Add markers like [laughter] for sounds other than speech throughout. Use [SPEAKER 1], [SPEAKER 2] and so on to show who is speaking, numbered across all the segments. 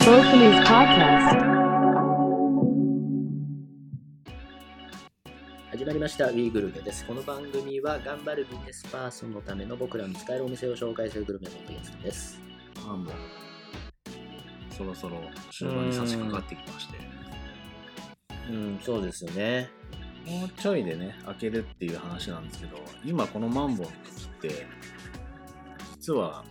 [SPEAKER 1] Sophanie's podcast.
[SPEAKER 2] 始まりました「ウィーグルメ」です。この番組は頑張るビジネスパーソンのための僕らの使えるお店を紹介するグルメポッドキャストです。
[SPEAKER 3] あもうそろそろ終盤に差し掛かってきまして
[SPEAKER 2] うん、そうですよね。
[SPEAKER 3] もうちょいでね開けるっていう話なんですけど今このマンボウの時って実は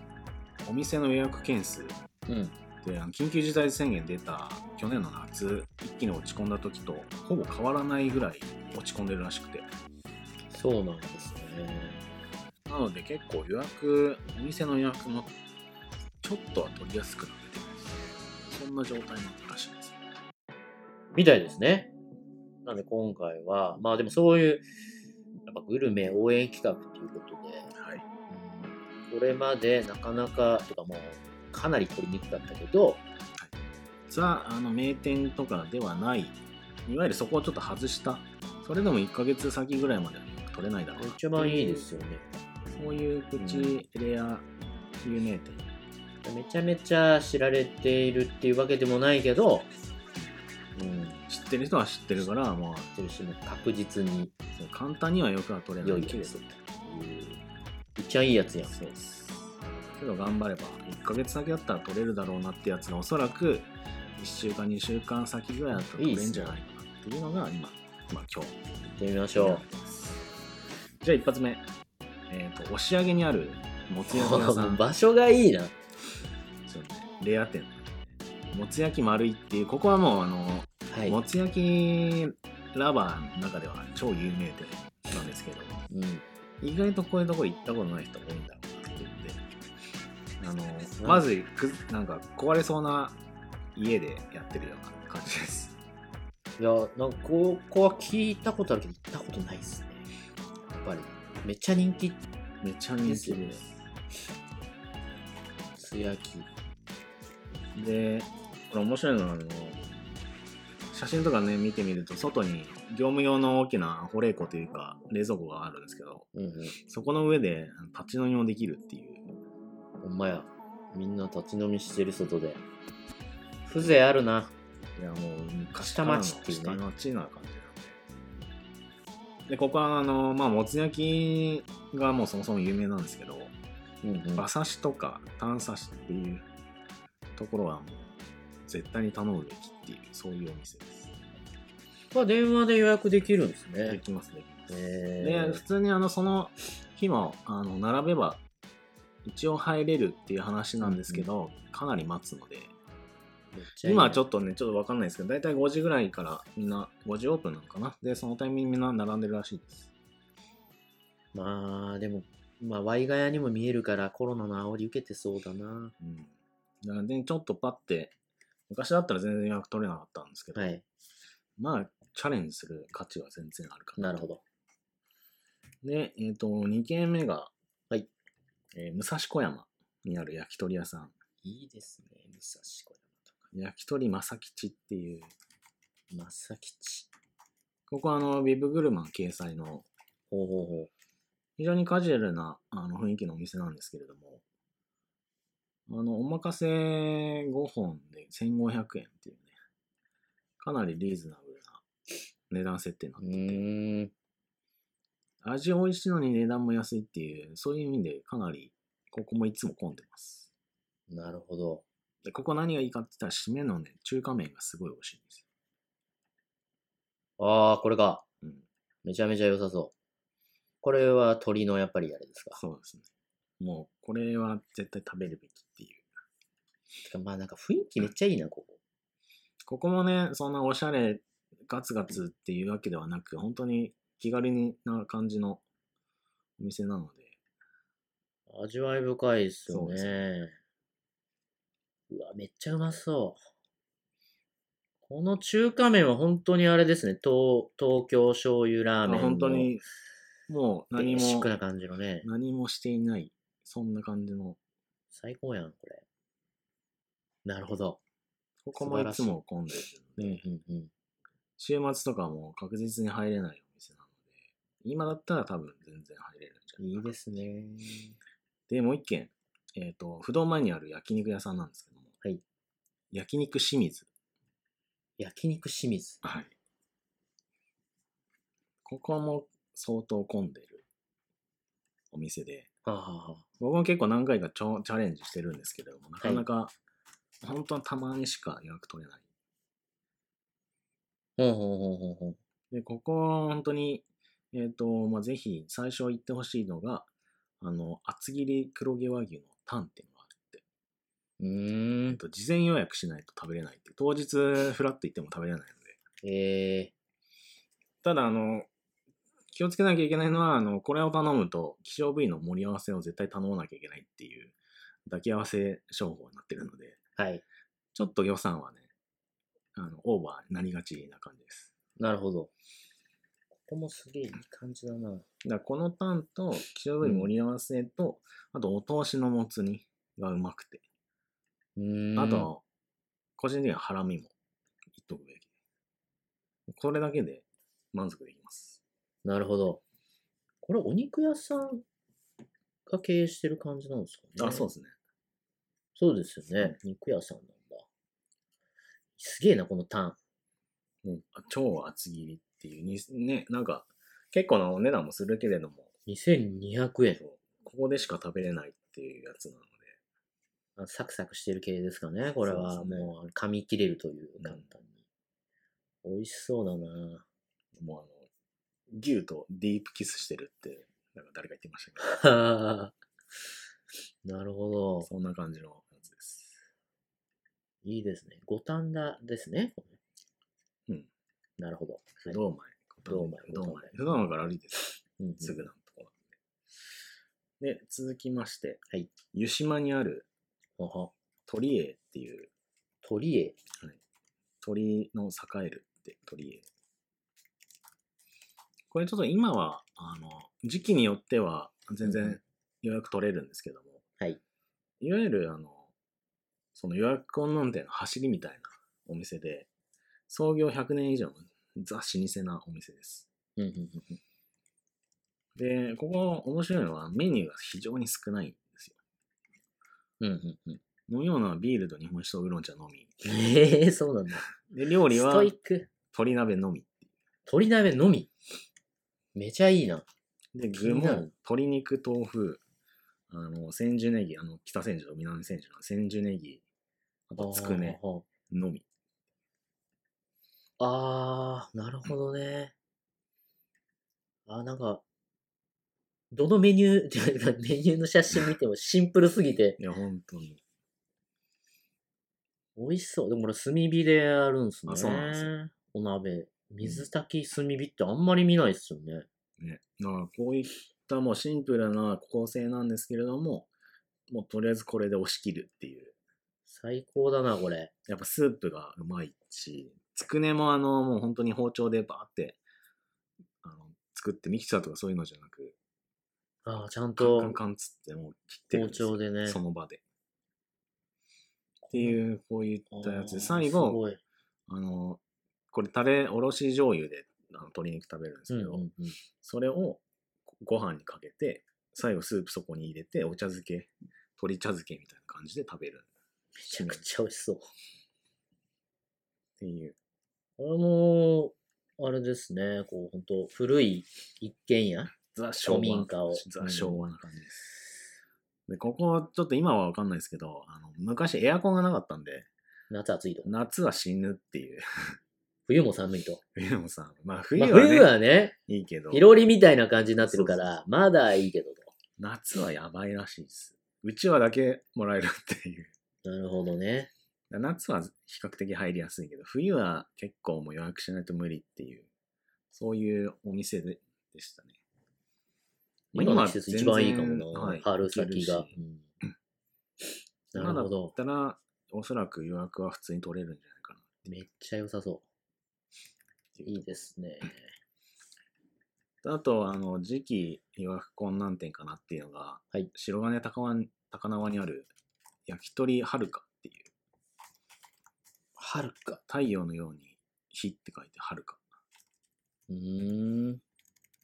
[SPEAKER 3] お店の予約件数
[SPEAKER 2] うん。
[SPEAKER 3] であの緊急事態宣言出た去年の夏一気に落ち込んだ時とほぼ変わらないぐらい落ち込んでるらしくて
[SPEAKER 2] そうなんですね。
[SPEAKER 3] なので結構予約お店の予約もちょっとは取りやすくなってそんな状態になったらしいです
[SPEAKER 2] みたいですね。なんで今回は、まあでもそういう、やっぱグルメ応援企画ということで、
[SPEAKER 3] はい
[SPEAKER 2] これまでなかなか、とかもう、かなり取りにくかったけど、
[SPEAKER 3] ザあの名店とかではないいわゆるそこをちょっと外したそれでも1ヶ月先ぐらいまでは取れないだろうな
[SPEAKER 2] 一番いいですよね。
[SPEAKER 3] そういうプチレア有名店、
[SPEAKER 2] めちゃめちゃ知られているっていうわけでもないけど、うん、
[SPEAKER 3] 知ってる人は知ってるから、まあ、
[SPEAKER 2] 知ってるし、もう確実に
[SPEAKER 3] そう簡単にはよくは取れ
[SPEAKER 2] 良
[SPEAKER 3] ないい
[SPEAKER 2] や
[SPEAKER 3] けれど
[SPEAKER 2] つっていう。めっちゃいいやつやん。
[SPEAKER 3] そうっすけど頑張れば1ヶ月先だったら取れるだろうなってやつがおそらく1週間2週間先ぐらいだったら取れるんじゃないかなっていうのが今まあ今日
[SPEAKER 2] 行ってみましょ
[SPEAKER 3] じゃあ一発目えっ、と押上にあるもつ焼き屋さ
[SPEAKER 2] う。
[SPEAKER 3] ん
[SPEAKER 2] 場所がいいな。
[SPEAKER 3] そうね、レア店もつ焼き丸いっていうここはもうあの、
[SPEAKER 2] はい。
[SPEAKER 3] もつ焼きラバーの中では超有名店なんですけど
[SPEAKER 2] うん。
[SPEAKER 3] 意外とこういうところ行ったことない人多いんだろうなって言ってあのまずくなんか壊れそうな家でやってるような感じです
[SPEAKER 2] いや、なんかここは聞いたことあるけど、行ったことないですね。やっぱり。めっちゃ人気
[SPEAKER 3] めちゃ
[SPEAKER 2] で
[SPEAKER 3] 人
[SPEAKER 2] す
[SPEAKER 3] 気
[SPEAKER 2] よね
[SPEAKER 3] で。
[SPEAKER 2] 素焼き。
[SPEAKER 3] でこれ面白いのはあの写真とかね見てみると外に業務用の大きな保冷庫というか冷蔵庫があるんですけど
[SPEAKER 2] うんうん。
[SPEAKER 3] そこの上で立ち飲みもできるっていう。
[SPEAKER 2] ほんまや。みんな立ち飲みしてる外で。風情あるな。
[SPEAKER 3] いやもう昔
[SPEAKER 2] 下町っていうね
[SPEAKER 3] からの下町な感じなんで。で、ここはあの、まあ、もつ焼きがもうそもそも有名なんですけど、
[SPEAKER 2] うんうん。
[SPEAKER 3] 馬刺しとか炭刺しっていうところはもう絶対に頼むべきっていう、そういうお店です。
[SPEAKER 2] まあ、電話で予約できるんです
[SPEAKER 3] で
[SPEAKER 2] ね。
[SPEAKER 3] きますね。
[SPEAKER 2] え
[SPEAKER 3] で、普通にあの、その日も、あの、並べば、一応入れるっていう話なんですけど、かなり待つので、今はちょ
[SPEAKER 2] と。
[SPEAKER 3] っとね、ちょっとわかんないですけど、だいたい5時ぐらいからみんな、5時オープンなのかなで、そのタイミングにみんな並んでるらしいです。
[SPEAKER 2] まあ、でも、まあ、ワイガヤにも見えるから、コロナの煽り受けてそうだな。
[SPEAKER 3] うん。だからね、ちょっとパッて、昔だったら全然予約取れなかったんですけど、
[SPEAKER 2] はい。
[SPEAKER 3] まあ、チャレンジする価値は全然あるから。
[SPEAKER 2] なるほど。
[SPEAKER 3] で、えっ、と、2軒目が、
[SPEAKER 2] はい。
[SPEAKER 3] えー武蔵小山にある焼き鳥屋さん。
[SPEAKER 2] いいですね。武蔵小
[SPEAKER 3] 焼き鳥正吉っていう、
[SPEAKER 2] 山とか。正吉。
[SPEAKER 3] ここはあの、ウィブグルマン掲載の
[SPEAKER 2] ほうほうほう。
[SPEAKER 3] 非常にカジュアルなあの雰囲気のお店なんですけれども、あの、おまかせ5本で1500円っていうね、かなりリーズナブルな値段設定な
[SPEAKER 2] う
[SPEAKER 3] の。
[SPEAKER 2] ーん。
[SPEAKER 3] 味美味しいのに値段も安いっていう、そういう意味でかなり、ここもいつも混んでます。
[SPEAKER 2] なるほど。
[SPEAKER 3] で、ここ何がいいかって言ったら、締めのね、中華麺がすごい美味しいんですよ。
[SPEAKER 2] ああ、これか。
[SPEAKER 3] うん
[SPEAKER 2] めちゃめちゃ良さそう。これは鳥のやっぱりあれですか。
[SPEAKER 3] そうですね。もう、これは絶対食べるべきっていう。
[SPEAKER 2] てかまあなんか雰囲気めっちゃいいな、ここ。
[SPEAKER 3] ここもね、そんなおしゃれガツガツっていうわけではなく、本当に気軽な感じのお店なので、
[SPEAKER 2] 味わい深いですよ
[SPEAKER 3] そうです
[SPEAKER 2] ね。うわ、めっちゃうまそう。この中華麺は本当にあれですね。東東京醤油ラーメンの。
[SPEAKER 3] 本当にもう
[SPEAKER 2] ベ
[SPEAKER 3] 何
[SPEAKER 2] ーシッ
[SPEAKER 3] も
[SPEAKER 2] ク、な感じのね。
[SPEAKER 3] 何もしていない、そんな感じの、
[SPEAKER 2] 最高やん、これ。なるほど。
[SPEAKER 3] ここもいつも混んでる
[SPEAKER 2] う
[SPEAKER 3] の
[SPEAKER 2] ん
[SPEAKER 3] で、
[SPEAKER 2] うんうん。
[SPEAKER 3] 週末とかも確実に入れないお店なので、今だったら多分全然入れるんじゃない
[SPEAKER 2] い
[SPEAKER 3] か
[SPEAKER 2] い
[SPEAKER 3] な
[SPEAKER 2] ですね。
[SPEAKER 3] で、もう一軒、えっ、と、不動前にある焼肉屋さんなんですけども、
[SPEAKER 2] はい
[SPEAKER 3] 焼肉清水。
[SPEAKER 2] 焼肉清水。
[SPEAKER 3] はい。ここも相当混んでるお店で、
[SPEAKER 2] はあ、はあはあ、
[SPEAKER 3] 僕も結構何回かちょチャレンジしてるんですけれども、なか
[SPEAKER 2] い
[SPEAKER 3] なか、本当はたまにしか予約取れない。
[SPEAKER 2] ほうほうほうほうほう。
[SPEAKER 3] で、ここは本当に、えっ、と、まあ、ぜひ最初行ってほしいのが、あの、厚切り黒毛和牛のタンっていうのがあって、
[SPEAKER 2] うー
[SPEAKER 3] えっ
[SPEAKER 2] ん。
[SPEAKER 3] と、事前予約しないと食べれないっていう、当日フラッと行っても食べれないので、
[SPEAKER 2] ええ
[SPEAKER 3] ただ、あの、気をつけなきゃいけないのは、あの、これを頼むと、希少部位の盛り合わせを絶対頼まなきゃいけないっていう、抱き合わせ商法になってるので、
[SPEAKER 2] はい。
[SPEAKER 3] ちょっと予算はね、あの、オーバーになりがちな感じです。
[SPEAKER 2] なるほど。ここもすげえいい感じだな。
[SPEAKER 3] だからこのタンと、希少部位盛り合わせと、あと、お通しのもつ煮がうまくて、
[SPEAKER 2] うーん。
[SPEAKER 3] あ、と、個人的にはハラミもいっとくべき。これだけで満足できます。
[SPEAKER 2] なるほど。これ、お肉屋さんが経営してる感じなんですかね。
[SPEAKER 3] あ、そうですね。
[SPEAKER 2] そうですよね。肉屋さんなんだ。すげえな、このターン。
[SPEAKER 3] もう超厚切りっていうに、ね、なんか、結構なお値段もするけれども、
[SPEAKER 2] 2200円。
[SPEAKER 3] そうここでしか食べれないっていうやつなので、
[SPEAKER 2] あサクサクしてる系ですかね、これは。
[SPEAKER 3] そうですね
[SPEAKER 2] もう、噛み切れるという、
[SPEAKER 3] ん
[SPEAKER 2] 簡単に。美味しそうだな [laughs]
[SPEAKER 3] もうあの、牛とディープキスしてるって、なんか誰か言ってましたけど、
[SPEAKER 2] ははなるほど。
[SPEAKER 3] そんな感じのやつです。
[SPEAKER 2] いいですね。五反田ですね。
[SPEAKER 3] うん。
[SPEAKER 2] なるほど。
[SPEAKER 3] 不動前。
[SPEAKER 2] 不動前
[SPEAKER 3] 不動前。不動前から歩いて
[SPEAKER 2] うん
[SPEAKER 3] すぐなとこなんで。で、続きまして、
[SPEAKER 2] はい。
[SPEAKER 3] 湯島にある
[SPEAKER 2] ほほ
[SPEAKER 3] 鳥栄っていう、
[SPEAKER 2] 鳥へ。
[SPEAKER 3] 鳥の栄えるって鳥へ。これちょっと今は、あの、時期によっては全
[SPEAKER 2] う
[SPEAKER 3] 然
[SPEAKER 2] ん
[SPEAKER 3] 予約取れるんですけども、
[SPEAKER 2] はい。
[SPEAKER 3] いわゆるあの、その予約困難店の走りみたいなお店で、創業100年以上のザ老舗なお店です。
[SPEAKER 2] うんうんうんうん
[SPEAKER 3] で、ここ面白いのはメニューが非常に少ないんですよ。
[SPEAKER 2] うんうんうん。
[SPEAKER 3] 飲み物はビールと日本酒とウーロン茶のみ。
[SPEAKER 2] ええそうなんだ。
[SPEAKER 3] で、料理
[SPEAKER 2] ス
[SPEAKER 3] は
[SPEAKER 2] トイック。
[SPEAKER 3] 鶏鍋のみ。
[SPEAKER 2] 鳥鍋のみ。めちゃいいな。
[SPEAKER 3] で、
[SPEAKER 2] 気
[SPEAKER 3] 具
[SPEAKER 2] に
[SPEAKER 3] も
[SPEAKER 2] なる
[SPEAKER 3] 鶏肉、豆腐、あの、千住ネギ、あの、北千住と南千住の千住ネギ、あとつくね
[SPEAKER 2] ほうほうほう。
[SPEAKER 3] のみ。
[SPEAKER 2] あー、なるほどね。あー、なんか、どのメニューっていうか、メニューの [laughs] 写真見てもシンプルすぎて、
[SPEAKER 3] いや、本当に。
[SPEAKER 2] 美味しそう。でもこれ炭火でやるんすね。
[SPEAKER 3] あそうなんです
[SPEAKER 2] よ。お鍋。水炊き炭火ってあんまり見ないっすよね。
[SPEAKER 3] ね。だから、こういったもうシンプルな構成なんですけれども、もうとりあえずこれで押し切るっていう。
[SPEAKER 2] 最高だな、これ。
[SPEAKER 3] やっぱスープがうまいし、つくねもあの、もう本当に包丁でバーって、あの、作ってミキサーとかそういうのじゃなく、
[SPEAKER 2] ああ、ちゃん
[SPEAKER 3] カンカ
[SPEAKER 2] と
[SPEAKER 3] ンカンつってもう切ってる
[SPEAKER 2] 包
[SPEAKER 3] んですよ
[SPEAKER 2] 丁でね。
[SPEAKER 3] その場で。っていう、こうい
[SPEAKER 2] あー
[SPEAKER 3] ったやつで、最
[SPEAKER 2] す
[SPEAKER 3] 後、
[SPEAKER 2] ごい
[SPEAKER 3] あの、これタレ、おろし醤油であの鶏肉食べるんです
[SPEAKER 2] うん
[SPEAKER 3] け
[SPEAKER 2] う
[SPEAKER 3] ど、
[SPEAKER 2] んうん
[SPEAKER 3] それをご飯にかけて、最後スープそこに入れて、お茶漬け、鶏茶漬けみたいな感じで食べる
[SPEAKER 2] めちゃくちゃ美味しそう。
[SPEAKER 3] っていう。
[SPEAKER 2] これも、あれですね、こう、本当古い一軒家。
[SPEAKER 3] ザ昭
[SPEAKER 2] 古
[SPEAKER 3] 和
[SPEAKER 2] 民家を。
[SPEAKER 3] ザ昭和な感じです。で、ここ、ちょっと今はわかんないですけど、あの昔エアコンがなかったんで、
[SPEAKER 2] 夏暑いと。
[SPEAKER 3] 夏は死ぬっていう、
[SPEAKER 2] 冬も寒いと。
[SPEAKER 3] 冬もさ、まあ
[SPEAKER 2] まあ
[SPEAKER 3] 冬はね、
[SPEAKER 2] 冬はね、
[SPEAKER 3] いいけど、
[SPEAKER 2] いろりみたいな感じになってるか
[SPEAKER 3] そう
[SPEAKER 2] ら、まだいいけど
[SPEAKER 3] 夏はやばいらしいです。うちわだけもらえるっていう。
[SPEAKER 2] と。なるほどね。
[SPEAKER 3] 夏は比較的入りやすいけど、冬は結構もう予約しないと無理っていう、そういうお店ででしたね。まあ
[SPEAKER 2] 今の季節一番いいかもな。
[SPEAKER 3] はい
[SPEAKER 2] 春先が
[SPEAKER 3] 行け。
[SPEAKER 2] うん
[SPEAKER 3] るし
[SPEAKER 2] なるほど。
[SPEAKER 3] 今だったら、おそらく予約は普通に取れるんじゃないかなっ
[SPEAKER 2] めっちゃ良さそ。
[SPEAKER 3] ていうう。
[SPEAKER 2] いいですね。
[SPEAKER 3] あと、あの、次期予約困難点かなっていうのが、
[SPEAKER 2] はい
[SPEAKER 3] 白金高輪高輪にある焼き鳥はるかっていう、
[SPEAKER 2] はるか。
[SPEAKER 3] 太陽のように火って書いてはるか。
[SPEAKER 2] うーん。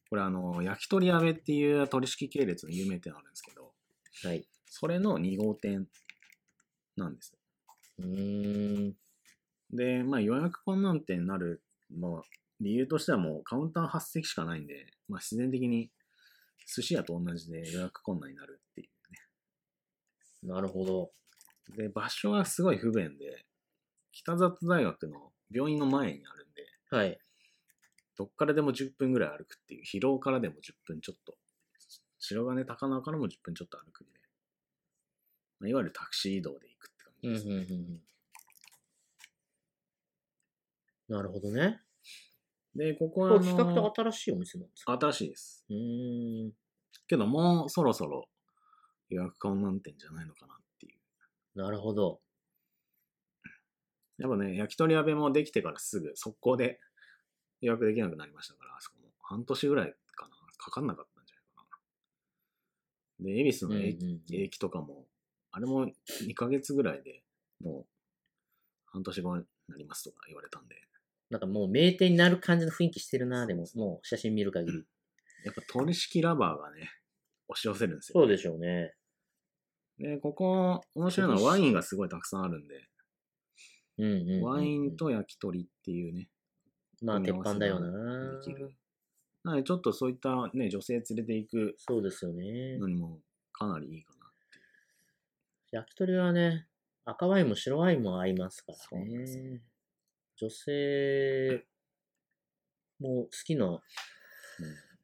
[SPEAKER 3] これあの、焼き鳥屋べっていう取引系列の有名店あるんですけど、
[SPEAKER 2] はい。
[SPEAKER 3] それの2号店なんですよ。
[SPEAKER 2] うーん。
[SPEAKER 3] で、まあ予約困難点になる、まあ理由としてはもうカウンター8席しかないんで、まあ自然的に寿司屋と同じで予約困難になるっていう。
[SPEAKER 2] なるほど。
[SPEAKER 3] で、場所はすごい不便で、北里大学の病院の前にあるんで、
[SPEAKER 2] はい。
[SPEAKER 3] どっからでも10分ぐらい歩くっていう、疲労からでも10分ちょっと、白金高輪からも10分ちょっと歩くんで、まあいわゆるタクシー移動で行くって感
[SPEAKER 2] う
[SPEAKER 3] じ
[SPEAKER 2] ん、う
[SPEAKER 3] で
[SPEAKER 2] ん、
[SPEAKER 3] す
[SPEAKER 2] うん
[SPEAKER 3] ね。
[SPEAKER 2] うん。なるほどね。
[SPEAKER 3] で、ここ
[SPEAKER 2] こ
[SPEAKER 3] はあ
[SPEAKER 2] れ比較
[SPEAKER 3] の
[SPEAKER 2] 的新しいお店なんですか
[SPEAKER 3] 新しいです。
[SPEAKER 2] うーん。
[SPEAKER 3] けどもうそろそろ予約困難点じゃないのかなっていう。
[SPEAKER 2] なるほど。
[SPEAKER 3] やっぱね、焼き鳥屋弁もできてからすぐ速攻で予約できなくなりましたから、あそこも半年ぐらいかな。かかんなかったんじゃないかな。で、恵比寿
[SPEAKER 2] うん
[SPEAKER 3] の
[SPEAKER 2] うんう
[SPEAKER 3] 駅,、
[SPEAKER 2] ん、
[SPEAKER 3] 駅とかも、あれも2ヶ月ぐらいでもう半年後になりますとか言われたんで、
[SPEAKER 2] なんかもう名店になる感じの雰囲気してるな、でも、もう写真見る限り。
[SPEAKER 3] やっぱ取式ラバーがね、押し寄せるんですよ。
[SPEAKER 2] そうでしょうね。
[SPEAKER 3] で、ここ、面白いのはワインがすごいたくさんあるんで、
[SPEAKER 2] うんうんうんうん
[SPEAKER 3] ワイン、と焼き鳥っていうね、
[SPEAKER 2] まあ、鉄板だよ
[SPEAKER 3] で
[SPEAKER 2] な。
[SPEAKER 3] きる。なので、ちょっとそういったね、女性連れて行く
[SPEAKER 2] そうですよね。
[SPEAKER 3] のにもかなりいいかな。
[SPEAKER 2] 焼き鳥はね、赤ワインも白ワインも合いますか
[SPEAKER 3] そう
[SPEAKER 2] ら
[SPEAKER 3] なんです
[SPEAKER 2] ね。女性も好きな、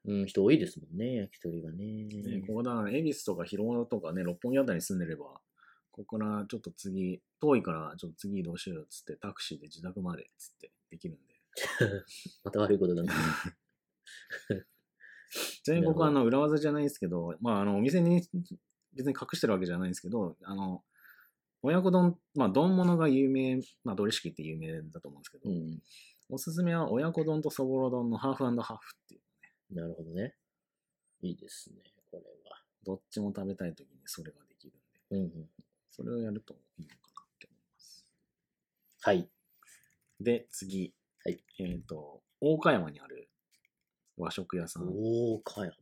[SPEAKER 2] うん、人多いですもんね、焼き鳥が
[SPEAKER 3] ね
[SPEAKER 2] ね。
[SPEAKER 3] ここだから、恵比寿とか広尾とかね、六本木あたりに住んでれば、ここからちょっと次、遠いからちょっと次移動しようよっつって、タクシーで自宅までっつってできるんで。
[SPEAKER 2] また悪いことだな。
[SPEAKER 3] ちなみに僕は
[SPEAKER 2] なる
[SPEAKER 3] あの裏技じゃないですけど、まあ、あのお店に別に隠してるわけじゃないんですけど、あの親子丼、まあ、丼物が有名、まあ、ドリシキって有名だと思うんですけど、
[SPEAKER 2] うん、
[SPEAKER 3] おすすめは親子丼とそぼろ丼のハーフハーフっていう、
[SPEAKER 2] なるほどね。いいですね、これは。
[SPEAKER 3] どっちも食べたいときにそれができるんで、
[SPEAKER 2] うんうん、
[SPEAKER 3] それをやるといいのかなって思います。
[SPEAKER 2] はい。
[SPEAKER 3] で、次。
[SPEAKER 2] はい
[SPEAKER 3] えっ、と、大岡山にある和食屋さん、
[SPEAKER 2] 大岡山。は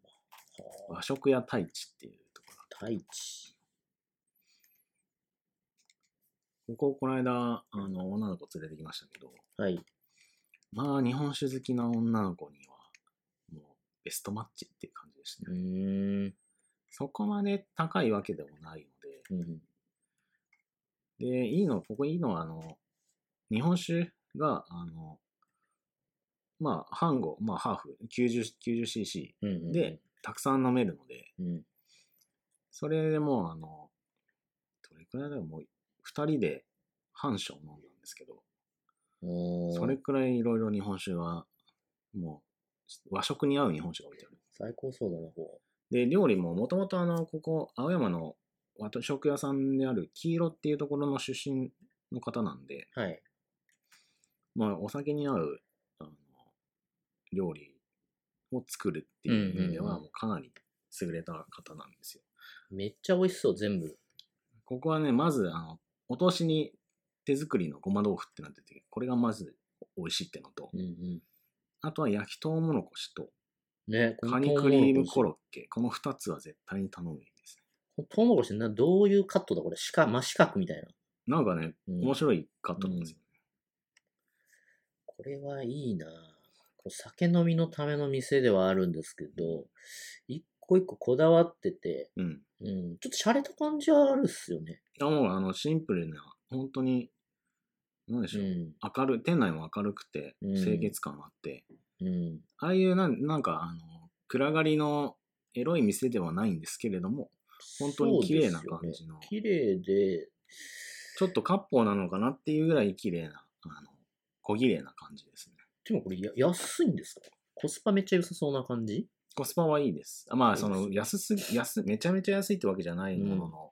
[SPEAKER 2] あ
[SPEAKER 3] 和食屋太一っていうところ
[SPEAKER 2] 太一。
[SPEAKER 3] ここ、この間、あの、女の子連れてきましたけど、
[SPEAKER 2] はい。
[SPEAKER 3] まあ、日本酒好きな女の子には、もう、ベストマッチっていう感じでした
[SPEAKER 2] う
[SPEAKER 3] ね。
[SPEAKER 2] ーん。
[SPEAKER 3] そこまで高いわけでもないの
[SPEAKER 2] うんうん
[SPEAKER 3] で、で、いいの、ここいいのは、あの、日本酒が、あの、まあ、半合、まあ、ハーフ、90 90cc
[SPEAKER 2] うんうん、
[SPEAKER 3] で、たくさん飲めるので、
[SPEAKER 2] うん、
[SPEAKER 3] それでもう、あの、どれくらいだろう、もう、二人で半升飲んだんですけど、
[SPEAKER 2] おー
[SPEAKER 3] それくらいいろいろ日本酒は、もう、和食に合う日本酒が置いてある。
[SPEAKER 2] 最高そうだな、こ
[SPEAKER 3] で、料理ももともとあの、ここ、青山の和食屋さんである黄色っていうところの出身の方なんで、
[SPEAKER 2] う。はい。
[SPEAKER 3] まあ、お酒に合う、あの、料理を作るっていう意味で
[SPEAKER 2] うんうん
[SPEAKER 3] は、
[SPEAKER 2] うん
[SPEAKER 3] もうかなり優れた方なんですよ。
[SPEAKER 2] めっちゃ美味しそう、全部。
[SPEAKER 3] ここはね、まず、あの、お通しに手作りのごま豆腐ってなってて、これがまず美味しいってのと
[SPEAKER 2] う、んうん。
[SPEAKER 3] あとは焼きとうもろこしと、
[SPEAKER 2] ね、この
[SPEAKER 3] カニクリームコロッケ、この2つは絶対に頼むべきです
[SPEAKER 2] このトウモロコシってなどういうカットだこれ四角、真四角みたいな。
[SPEAKER 3] ね。なんかね、
[SPEAKER 2] うん
[SPEAKER 3] 面白いかったんですよ。
[SPEAKER 2] これはいいなぁこう酒飲みのための店ではあるんですけど、一個一個こだわってて、
[SPEAKER 3] うん。
[SPEAKER 2] うん、ちょっと洒落た感じはあるっすよね。
[SPEAKER 3] いやもうあのシンプルな、本当に、なんでし
[SPEAKER 2] う
[SPEAKER 3] ょう、
[SPEAKER 2] ん。
[SPEAKER 3] 明るい、店内も明るくて、
[SPEAKER 2] うん
[SPEAKER 3] 清潔感もあって、
[SPEAKER 2] うん。
[SPEAKER 3] ああいうなんなんかあの、暗がりのエロい店ではないんですけれども、本当に綺麗な感じの
[SPEAKER 2] そうですよね綺麗で、
[SPEAKER 3] ちょっと割烹なのかなっていうぐらい綺麗な、あの、小綺麗な感じですね。
[SPEAKER 2] でもこれや安いんですかコスパめっちゃ良さそうな感じ
[SPEAKER 3] コスパはいいです。あまあ、
[SPEAKER 2] そ
[SPEAKER 3] そう
[SPEAKER 2] です
[SPEAKER 3] の、安すぎ、安、めちゃめちゃ安いってわけじゃないものの、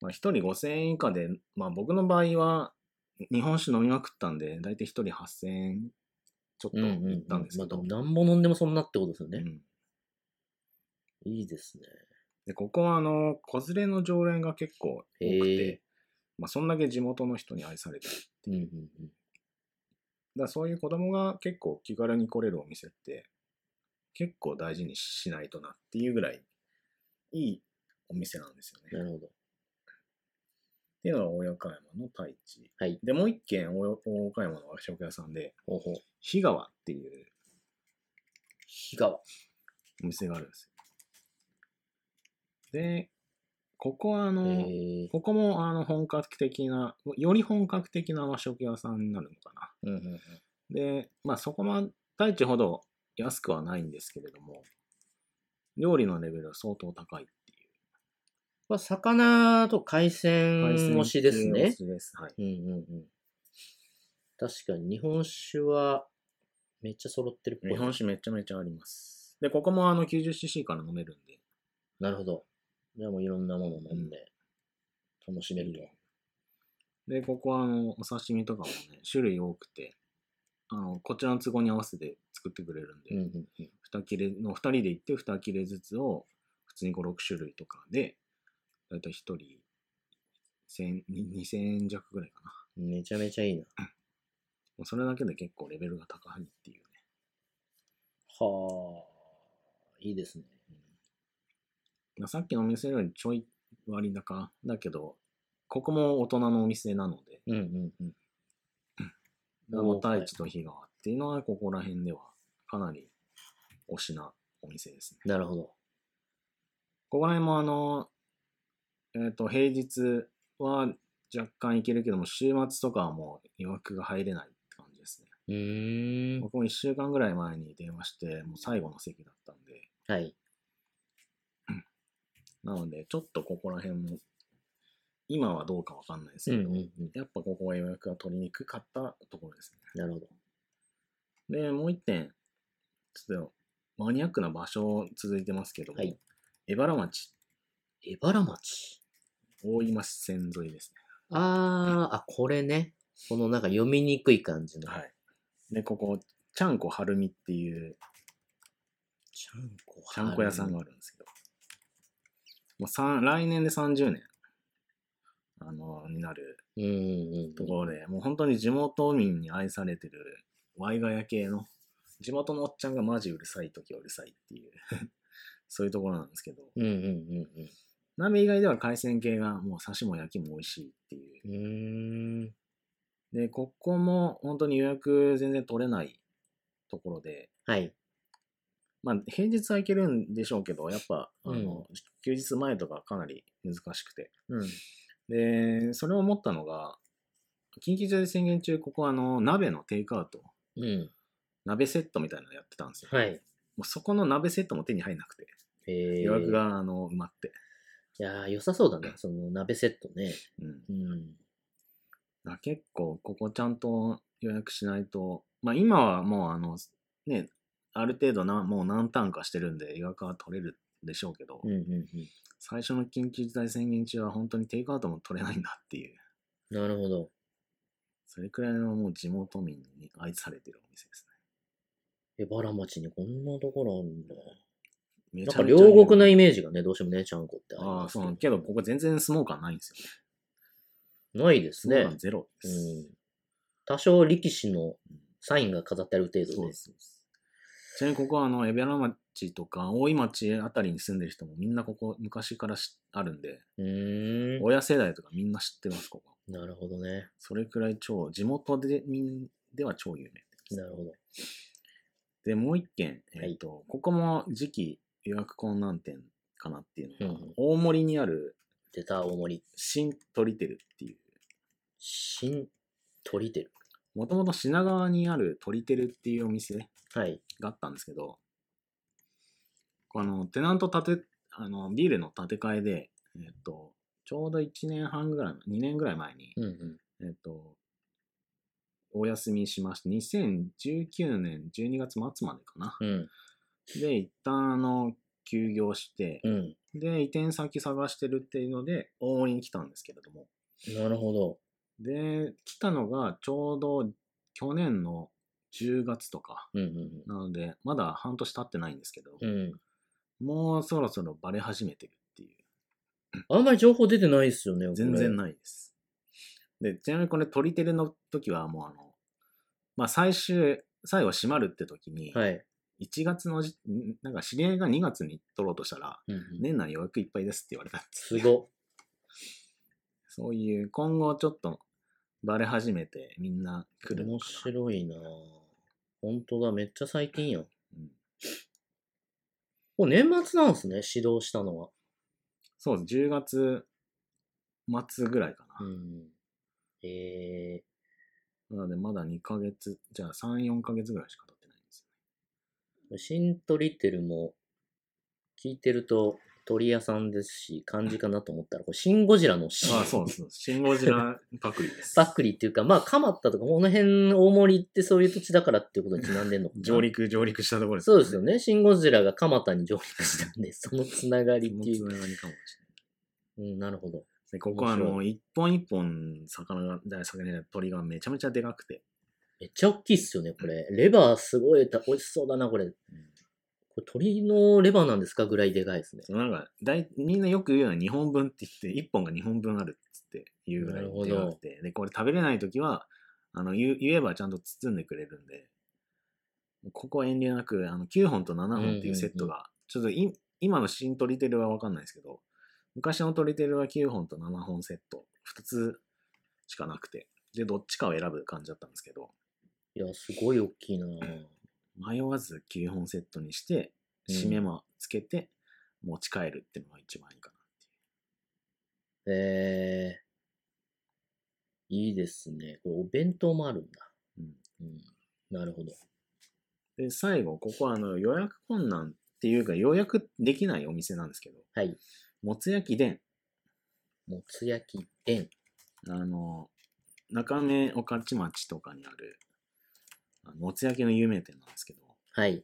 [SPEAKER 3] まあ、一人5000円以下で、まあ、僕の場合は、日本酒飲みまくったんで、だいたい一人8000円ちょっといったんです
[SPEAKER 2] ま
[SPEAKER 3] け
[SPEAKER 2] あ、
[SPEAKER 3] ど、
[SPEAKER 2] なんぼ飲んでもそんなってことですよね。
[SPEAKER 3] うん
[SPEAKER 2] いいですね。
[SPEAKER 3] で、ここは、あの、子連れの常連が結構多く
[SPEAKER 2] へ
[SPEAKER 3] て
[SPEAKER 2] え、
[SPEAKER 3] まあ、そんだけ地元の人に愛されてる。だか
[SPEAKER 2] うんうんうん。
[SPEAKER 3] ら、そういう子供が結構気軽に来れるお店って、結構大事にしないとなっていうぐらい、いいお店なんですよね。
[SPEAKER 2] なるほど。
[SPEAKER 3] っていうのが大岡山の太一。
[SPEAKER 2] はい。
[SPEAKER 3] で、もう一軒大大岡山の和食屋さんで、
[SPEAKER 2] ほうほう。
[SPEAKER 3] 日川っていう
[SPEAKER 2] 日川。
[SPEAKER 3] お店があるんですよ。で、ここはあ
[SPEAKER 2] へ
[SPEAKER 3] の、
[SPEAKER 2] え。
[SPEAKER 3] ここもあの本格的な、より本格的な和食屋さんになるのかな。
[SPEAKER 2] うんうんうん。
[SPEAKER 3] で、まあそこも大地ほど安くはないんですけれども、料理のレベルは相当高いっていう。
[SPEAKER 2] これは魚と海鮮推しです
[SPEAKER 3] 海鮮系推
[SPEAKER 2] ね。
[SPEAKER 3] しです。はい。
[SPEAKER 2] うんうんうん。確かに日本酒はめっちゃ揃ってるっぽい。
[SPEAKER 3] 日本酒めちゃめちゃあります。で、ここもあの 90cc から飲めるんで、
[SPEAKER 2] なるほど。じゃあもういろんなもの飲んで楽しめると。
[SPEAKER 3] で、ここはあの、お刺身とかもね、種類多くて、あの、こちらの都合に合わせて作ってくれるん
[SPEAKER 2] う
[SPEAKER 3] で、
[SPEAKER 2] んうんうん。
[SPEAKER 3] 2切れの2人で行って2切れずつを普通に56種類とかでだいたい1人1000 2000円弱ぐらいかな
[SPEAKER 2] めちゃめちゃいいな。
[SPEAKER 3] もうそれだけで結構レベルが高いっていうね
[SPEAKER 2] はあ、いいですね。
[SPEAKER 3] まあさっきのお店よりちょい割高だけどここも大人のお店なので
[SPEAKER 2] うんうんうん。
[SPEAKER 3] 大田市と日川っていうのはここら辺ではかなり推しなお店ですね
[SPEAKER 2] なるほど。
[SPEAKER 3] ここら辺もあの、えっ、と、平日は若干行けるけども、週末とかはもう予約が入れないって感じですね。
[SPEAKER 2] うーん。
[SPEAKER 3] 僕も1週間ぐらい前に電話して、もう最後の席だったんで、
[SPEAKER 2] はい。
[SPEAKER 3] なので、ちょっとここら辺も、今はどうかわかんないです
[SPEAKER 2] うん
[SPEAKER 3] け
[SPEAKER 2] う
[SPEAKER 3] ど、
[SPEAKER 2] んうん。
[SPEAKER 3] やっぱここは予約が取りにくかったところです
[SPEAKER 2] なるほど。
[SPEAKER 3] ね。で、もう一点、ちょっとマニアックな場所続いてますけども、
[SPEAKER 2] はい
[SPEAKER 3] 荏原町、
[SPEAKER 2] 荏原町。
[SPEAKER 3] 大井町線沿いですね。
[SPEAKER 2] あー、あ、これね。このなんか読みにくい感じの。
[SPEAKER 3] はい。で、ここ、ちゃんこはるみっていう、
[SPEAKER 2] ちゃんこ。
[SPEAKER 3] ちゃんこ屋さんがあるんですけど、もうさん来年で30年、あの、になる
[SPEAKER 2] うんうん
[SPEAKER 3] ところで、もう本当に地元民に愛されてる、ワイガヤ系の、地元のおっちゃんがマジうるさい時はうるさいっていう、 [laughs] そういうところなんですけど、
[SPEAKER 2] うん。うんうんうん
[SPEAKER 3] 鍋以外では海鮮系がもう刺しも焼きも美味しいっていう
[SPEAKER 2] うん。うーん。
[SPEAKER 3] で、ここも本当に予約全然取れないところで、
[SPEAKER 2] はい。
[SPEAKER 3] まあ、平日は行けるんでしょうけど、やっぱ、あの、
[SPEAKER 2] うん
[SPEAKER 3] 休日前とかかなり難しくて。
[SPEAKER 2] うん。
[SPEAKER 3] で、それを思ったのが、緊急事態宣言中、ここあの、鍋のテイクアウト、
[SPEAKER 2] うん。
[SPEAKER 3] 鍋セットみたいなのやってたんですよ。
[SPEAKER 2] はい。
[SPEAKER 3] もうそこの鍋セットも手に入らなくて、
[SPEAKER 2] えー、
[SPEAKER 3] 予約。が、あの、埋まって。
[SPEAKER 2] いやー、良さそうだね。その鍋セットね。
[SPEAKER 3] うん。
[SPEAKER 2] うん。
[SPEAKER 3] だから結構、ここちゃんと予約しないと、まあ今はもうあの、ね、ある程度な、もう何単かしてるんで予約は取れるでしょうけど、
[SPEAKER 2] うんうんうん。
[SPEAKER 3] 最初の緊急事態宣言中は本当にテイクアウトも取れないんだっていう、
[SPEAKER 2] なるほど。
[SPEAKER 3] それくらいのもう地元民に愛されてるお店です
[SPEAKER 2] 荏原町にこんなところあるんだ。
[SPEAKER 3] ね。め
[SPEAKER 2] なんか両国のイ
[SPEAKER 3] 味
[SPEAKER 2] メージがね、どうしてもね、ちゃんこってり
[SPEAKER 3] ああ、
[SPEAKER 2] ます
[SPEAKER 3] そうなのけど、ここ全然スモーカーないんですよね。
[SPEAKER 2] ないです
[SPEAKER 3] スモー
[SPEAKER 2] ね
[SPEAKER 3] カー。ゼロ
[SPEAKER 2] う
[SPEAKER 3] です。
[SPEAKER 2] ん。多少力士のサインが飾ってある程
[SPEAKER 3] そう
[SPEAKER 2] 度で
[SPEAKER 3] で。す。ちなみにここはあの、エベラ町とか大井町あたりに住んでる人もみんなここ昔からしあるんで、
[SPEAKER 2] うーん。
[SPEAKER 3] 親世代とかみんな知ってます、ここ。
[SPEAKER 2] なるほどね。
[SPEAKER 3] それくらい超、地元でみでは超有名です。
[SPEAKER 2] なるほど。
[SPEAKER 3] で、もう一件、えっ、
[SPEAKER 2] はい
[SPEAKER 3] と、ここも時期予約困難点かなっていうのが、
[SPEAKER 2] うん
[SPEAKER 3] 大森にある
[SPEAKER 2] 出た大盛り。
[SPEAKER 3] 新鳥リテルっていう、
[SPEAKER 2] 新、鳥てる。
[SPEAKER 3] もともと品川にある鳥リテルっていうお店
[SPEAKER 2] はい。
[SPEAKER 3] があったんですけど、このテナント建て、あの、ビルの建て替えで、えっ、と、ちょうど1年半ぐらい、2年ぐらい前に、
[SPEAKER 2] うんうん。
[SPEAKER 3] えっ、と、お休みしまして、2019年12月末までかな。
[SPEAKER 2] うん。
[SPEAKER 3] で、一旦、あの、休業して、
[SPEAKER 2] うん。
[SPEAKER 3] で、移転先探してるっていうので、大森に来たんですけれども。
[SPEAKER 2] なるほど。
[SPEAKER 3] で、来たのがちょうど去年の10月とか。
[SPEAKER 2] うん
[SPEAKER 3] なので、まだ半年経ってないんですけど、
[SPEAKER 2] うんうん。うん。
[SPEAKER 3] もうそろそろバレ始めてるっていう。
[SPEAKER 2] あんまり情報出てないですよね。
[SPEAKER 3] 全然
[SPEAKER 2] い。
[SPEAKER 3] ないです。で、ちなみにこれ、トリテルの時はもうあの、まあ最終、最後閉まるって時に、
[SPEAKER 2] はい。
[SPEAKER 3] 1月のじ、んなんか知り合いが2月に取ろうとしたら、
[SPEAKER 2] うんうん
[SPEAKER 3] 年内予約いっぱいですって言われたんで
[SPEAKER 2] す
[SPEAKER 3] す
[SPEAKER 2] ご。
[SPEAKER 3] そういう、今後ちょっとバレ始めてみんな来るの
[SPEAKER 2] 面
[SPEAKER 3] か
[SPEAKER 2] 白いなぁ本当だ、めっちゃ最近やん。
[SPEAKER 3] な。うん、
[SPEAKER 2] もう年末なんですね、指導したのは。
[SPEAKER 3] そうです。10月末ぐらいか
[SPEAKER 2] う
[SPEAKER 3] な。
[SPEAKER 2] ん。え
[SPEAKER 3] なので、まだ2ヶ月、じゃあ3、4ヶ月ぐらいしか経ってないん
[SPEAKER 2] [laughs]
[SPEAKER 3] です
[SPEAKER 2] ー、シントリテルも、聞いてると鳥屋さんですし、漢字かなと思ったら、こ [laughs] れシンゴジラのシ
[SPEAKER 3] よ。ああ、そうです。シンゴジラパクリです。
[SPEAKER 2] パックリっていうか、まあ、蒲田とか、この辺、大森ってそういう土地だからっていうことにちなんでんのかな [laughs]
[SPEAKER 3] 上陸、上陸したところです、
[SPEAKER 2] そうですよ。ね。シンゴジラが蒲田に上陸したんで、そのつながり
[SPEAKER 3] そ
[SPEAKER 2] っ
[SPEAKER 3] の
[SPEAKER 2] てい
[SPEAKER 3] つ
[SPEAKER 2] う。
[SPEAKER 3] ながりかもしれない。
[SPEAKER 2] うん、なるほど。
[SPEAKER 3] でここはあの、一本一本魚が、だ魚が鳥がめちゃめちゃでかくて、
[SPEAKER 2] めっちゃ大きいっすよね、これ。レバーすごいた、美味しそうだな、これ。これ鳥のレバーなんですかぐらいでかいですね。
[SPEAKER 3] そのなんかだい、みんなよく言うのは2本分って言って、1本が2本分あるっつって言うぐらいでかくて、で、これ食べれないときは、あの言う、言えばちゃんと包んでくれるんで、ここは遠慮なく、あの、9本と7本っていうセットが、ちょっとい今の新トリテルはわかんないですけど、昔のトリテルは9本と7本セット、2つしかなくて、で、どっちかを選ぶ感じだったんですけど、
[SPEAKER 2] いや、すごい大きいなぁ
[SPEAKER 3] 迷わず9本セットにして、
[SPEAKER 2] うん
[SPEAKER 3] 締めもつけて、持ち帰るっていうのが一番いいかなっていう。
[SPEAKER 2] えー、いいですね。これお弁当もあるんだ。
[SPEAKER 3] うん
[SPEAKER 2] うん。なるほど。
[SPEAKER 3] で、最後、ここはあの予約困難っていうか、予約できないお店なんですけど、
[SPEAKER 2] はい。
[SPEAKER 3] もつ焼きで
[SPEAKER 2] もつ焼き店。
[SPEAKER 3] あの、中目御徒町とかにある、あのもつ焼きの有名店なんですけど、
[SPEAKER 2] はい。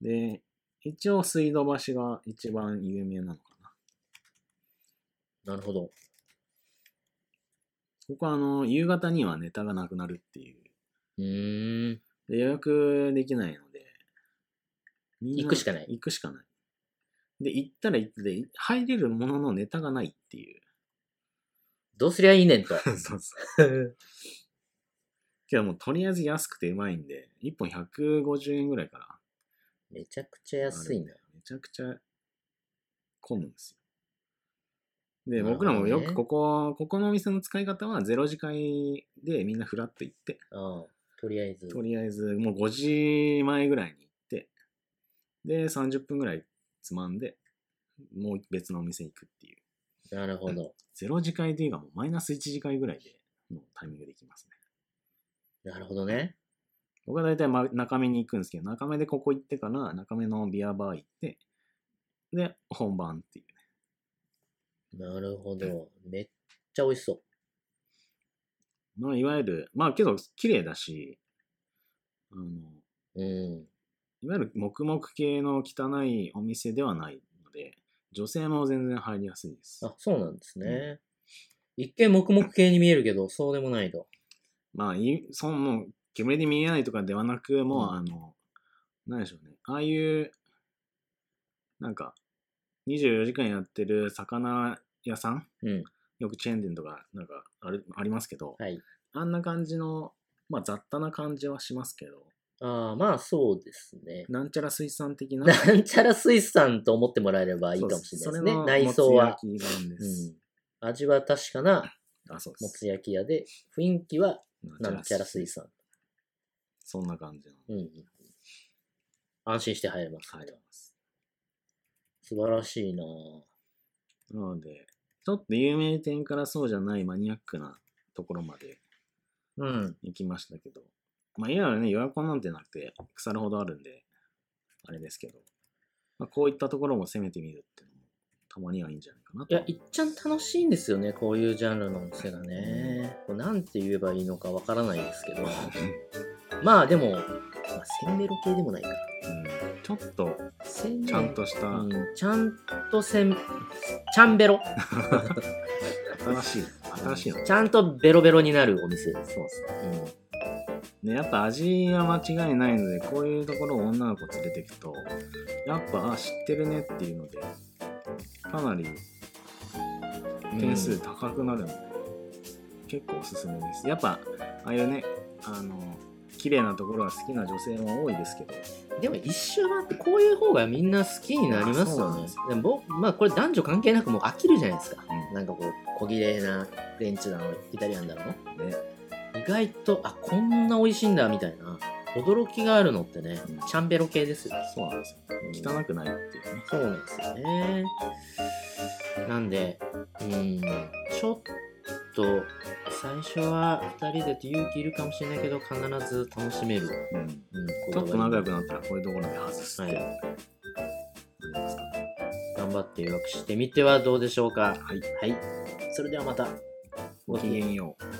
[SPEAKER 3] で、一応水道橋が一番有名なのかな。
[SPEAKER 2] なるほど。
[SPEAKER 3] ここはあの、夕方にはネタがなくなるっていう。
[SPEAKER 2] うーん。
[SPEAKER 3] で予約できないので、み
[SPEAKER 2] 行くしかない
[SPEAKER 3] 行くしかない。で、行ったら行ってで、入れるもののネタがないっていう。
[SPEAKER 2] どうすりゃいいねん [laughs]
[SPEAKER 3] [laughs]
[SPEAKER 2] と。
[SPEAKER 3] そうそう。 [laughs] けどもうとりあえず安くてうまいんで、1本150円ぐらいから。
[SPEAKER 2] めちゃくちゃ安いな。
[SPEAKER 3] めちゃくちゃ混むんですよ。で、
[SPEAKER 2] なるほ
[SPEAKER 3] 僕
[SPEAKER 2] ど
[SPEAKER 3] ら
[SPEAKER 2] ね
[SPEAKER 3] もよくここ、ここのお店の使い方は0時会でみんなフラッと行って、
[SPEAKER 2] ああとりあえず。
[SPEAKER 3] とりあえずもう5時前ぐらいに行って、で、30分ぐらいつまんで、もう別のお店行くっていう。
[SPEAKER 2] なるほど。
[SPEAKER 3] 0時会というかもうマイナス1時会ぐらいでのタイミングで行きますね。
[SPEAKER 2] なるほどね。
[SPEAKER 3] 僕は大体、ま、中目に行くんですけど、中目でここ行ってから、中目のビアバー行って、で、本番っていう。
[SPEAKER 2] なるほど。めっちゃ美味しそう。
[SPEAKER 3] まあ、いわゆる、まあ、けど、綺麗だし、あの、
[SPEAKER 2] うん。
[SPEAKER 3] いわゆる黙々系の汚いお店ではないので、女性も全然入りやすいです。
[SPEAKER 2] あ、そうなんですね。一見黙々系に見えるけど、そうでもないと。
[SPEAKER 3] まあ、いそのもう、煙で見えないとかではなく、もう、
[SPEAKER 2] うん
[SPEAKER 3] あの、なんでしょうね。ああいう、なんか、24時間やってる魚屋さん
[SPEAKER 2] うん。
[SPEAKER 3] よくチェーン店とか、なんかある、ありますけど、
[SPEAKER 2] はい。
[SPEAKER 3] あんな感じの、まあ、雑多な感じはしますけど、
[SPEAKER 2] ああ、まあそうですね。
[SPEAKER 3] なんちゃら水産
[SPEAKER 2] [laughs]
[SPEAKER 3] 的な、
[SPEAKER 2] なんちゃら水産と思ってもらえればいいかもしれないですね。内装は。
[SPEAKER 3] そうですそれのもつ焼き版で
[SPEAKER 2] う
[SPEAKER 3] す
[SPEAKER 2] ん。味は確かな
[SPEAKER 3] あ、そうで
[SPEAKER 2] も
[SPEAKER 3] す。
[SPEAKER 2] つ焼き屋で、雰囲気はなんちゃら水
[SPEAKER 3] 産。
[SPEAKER 2] 産。
[SPEAKER 3] そんな感じの。
[SPEAKER 2] うんうん。安心して入れます、
[SPEAKER 3] 入ります。
[SPEAKER 2] 素晴らしいなぁ
[SPEAKER 3] なので、ちょっと有名店からそうじゃないマニアックなところまで
[SPEAKER 2] うん。
[SPEAKER 3] 行きましたけど、まあ、いわゆるね、予約なんてなくて腐るほどあるんで、あれですけど、まあ、こういったところも攻めてみるっていうのも、たまにはいいんじゃないかなと。
[SPEAKER 2] いや、いっちゃん楽しいんですよね、こういうジャンルのお店がね。これなんて言えばいいのかわからないですけど。まあでも、まあ、せんべろ系でもないか。
[SPEAKER 3] うんちょっと、
[SPEAKER 2] せんべ
[SPEAKER 3] ち
[SPEAKER 2] ろ
[SPEAKER 3] ゃんとした、
[SPEAKER 2] うん、ちゃんとせん、ちゃんベロ。
[SPEAKER 3] 新しい、新しいの。
[SPEAKER 2] ちゃんとベロベロになるお店です。
[SPEAKER 3] そうですね。
[SPEAKER 2] うん。
[SPEAKER 3] ね、やっぱ味は間違いないので、こういうところを女の子連れてくと、やっぱ、あ、知ってるねっていうので、かなり点数高くなるので、結構おすすめです。やっぱ、ああいうね、あの、綺麗なところが好きな女性も多いですけど、
[SPEAKER 2] でも一周回ってこういう方がみんな好きになります
[SPEAKER 3] あそう
[SPEAKER 2] よ
[SPEAKER 3] なん
[SPEAKER 2] ね
[SPEAKER 3] ですよ。
[SPEAKER 2] でも僕まあこれ男女関係なくもう飽きるじゃないですか。
[SPEAKER 3] うん
[SPEAKER 2] なんかこう小綺麗なフレンチだのイタリアンだの
[SPEAKER 3] ね、
[SPEAKER 2] 意外とあこんな美味しいんだみたいな驚きがあるのってね
[SPEAKER 3] うん
[SPEAKER 2] チャンベロ系ですよ
[SPEAKER 3] そうなんですよ。汚くないっていうね。
[SPEAKER 2] そうなんですよね。なんで、うん、ちょっと、最初は2人でって勇気いるかもしれないけど、必ず楽しめる。
[SPEAKER 3] うん。
[SPEAKER 2] うん、
[SPEAKER 3] ちょっと仲良く
[SPEAKER 2] こ
[SPEAKER 3] なったらこういうところで外すっていうのがありますかね。
[SPEAKER 2] とが頑張って予約してみてはどうでしょうか。
[SPEAKER 3] はい。
[SPEAKER 2] はい。それではまた。
[SPEAKER 3] ごきげんよう。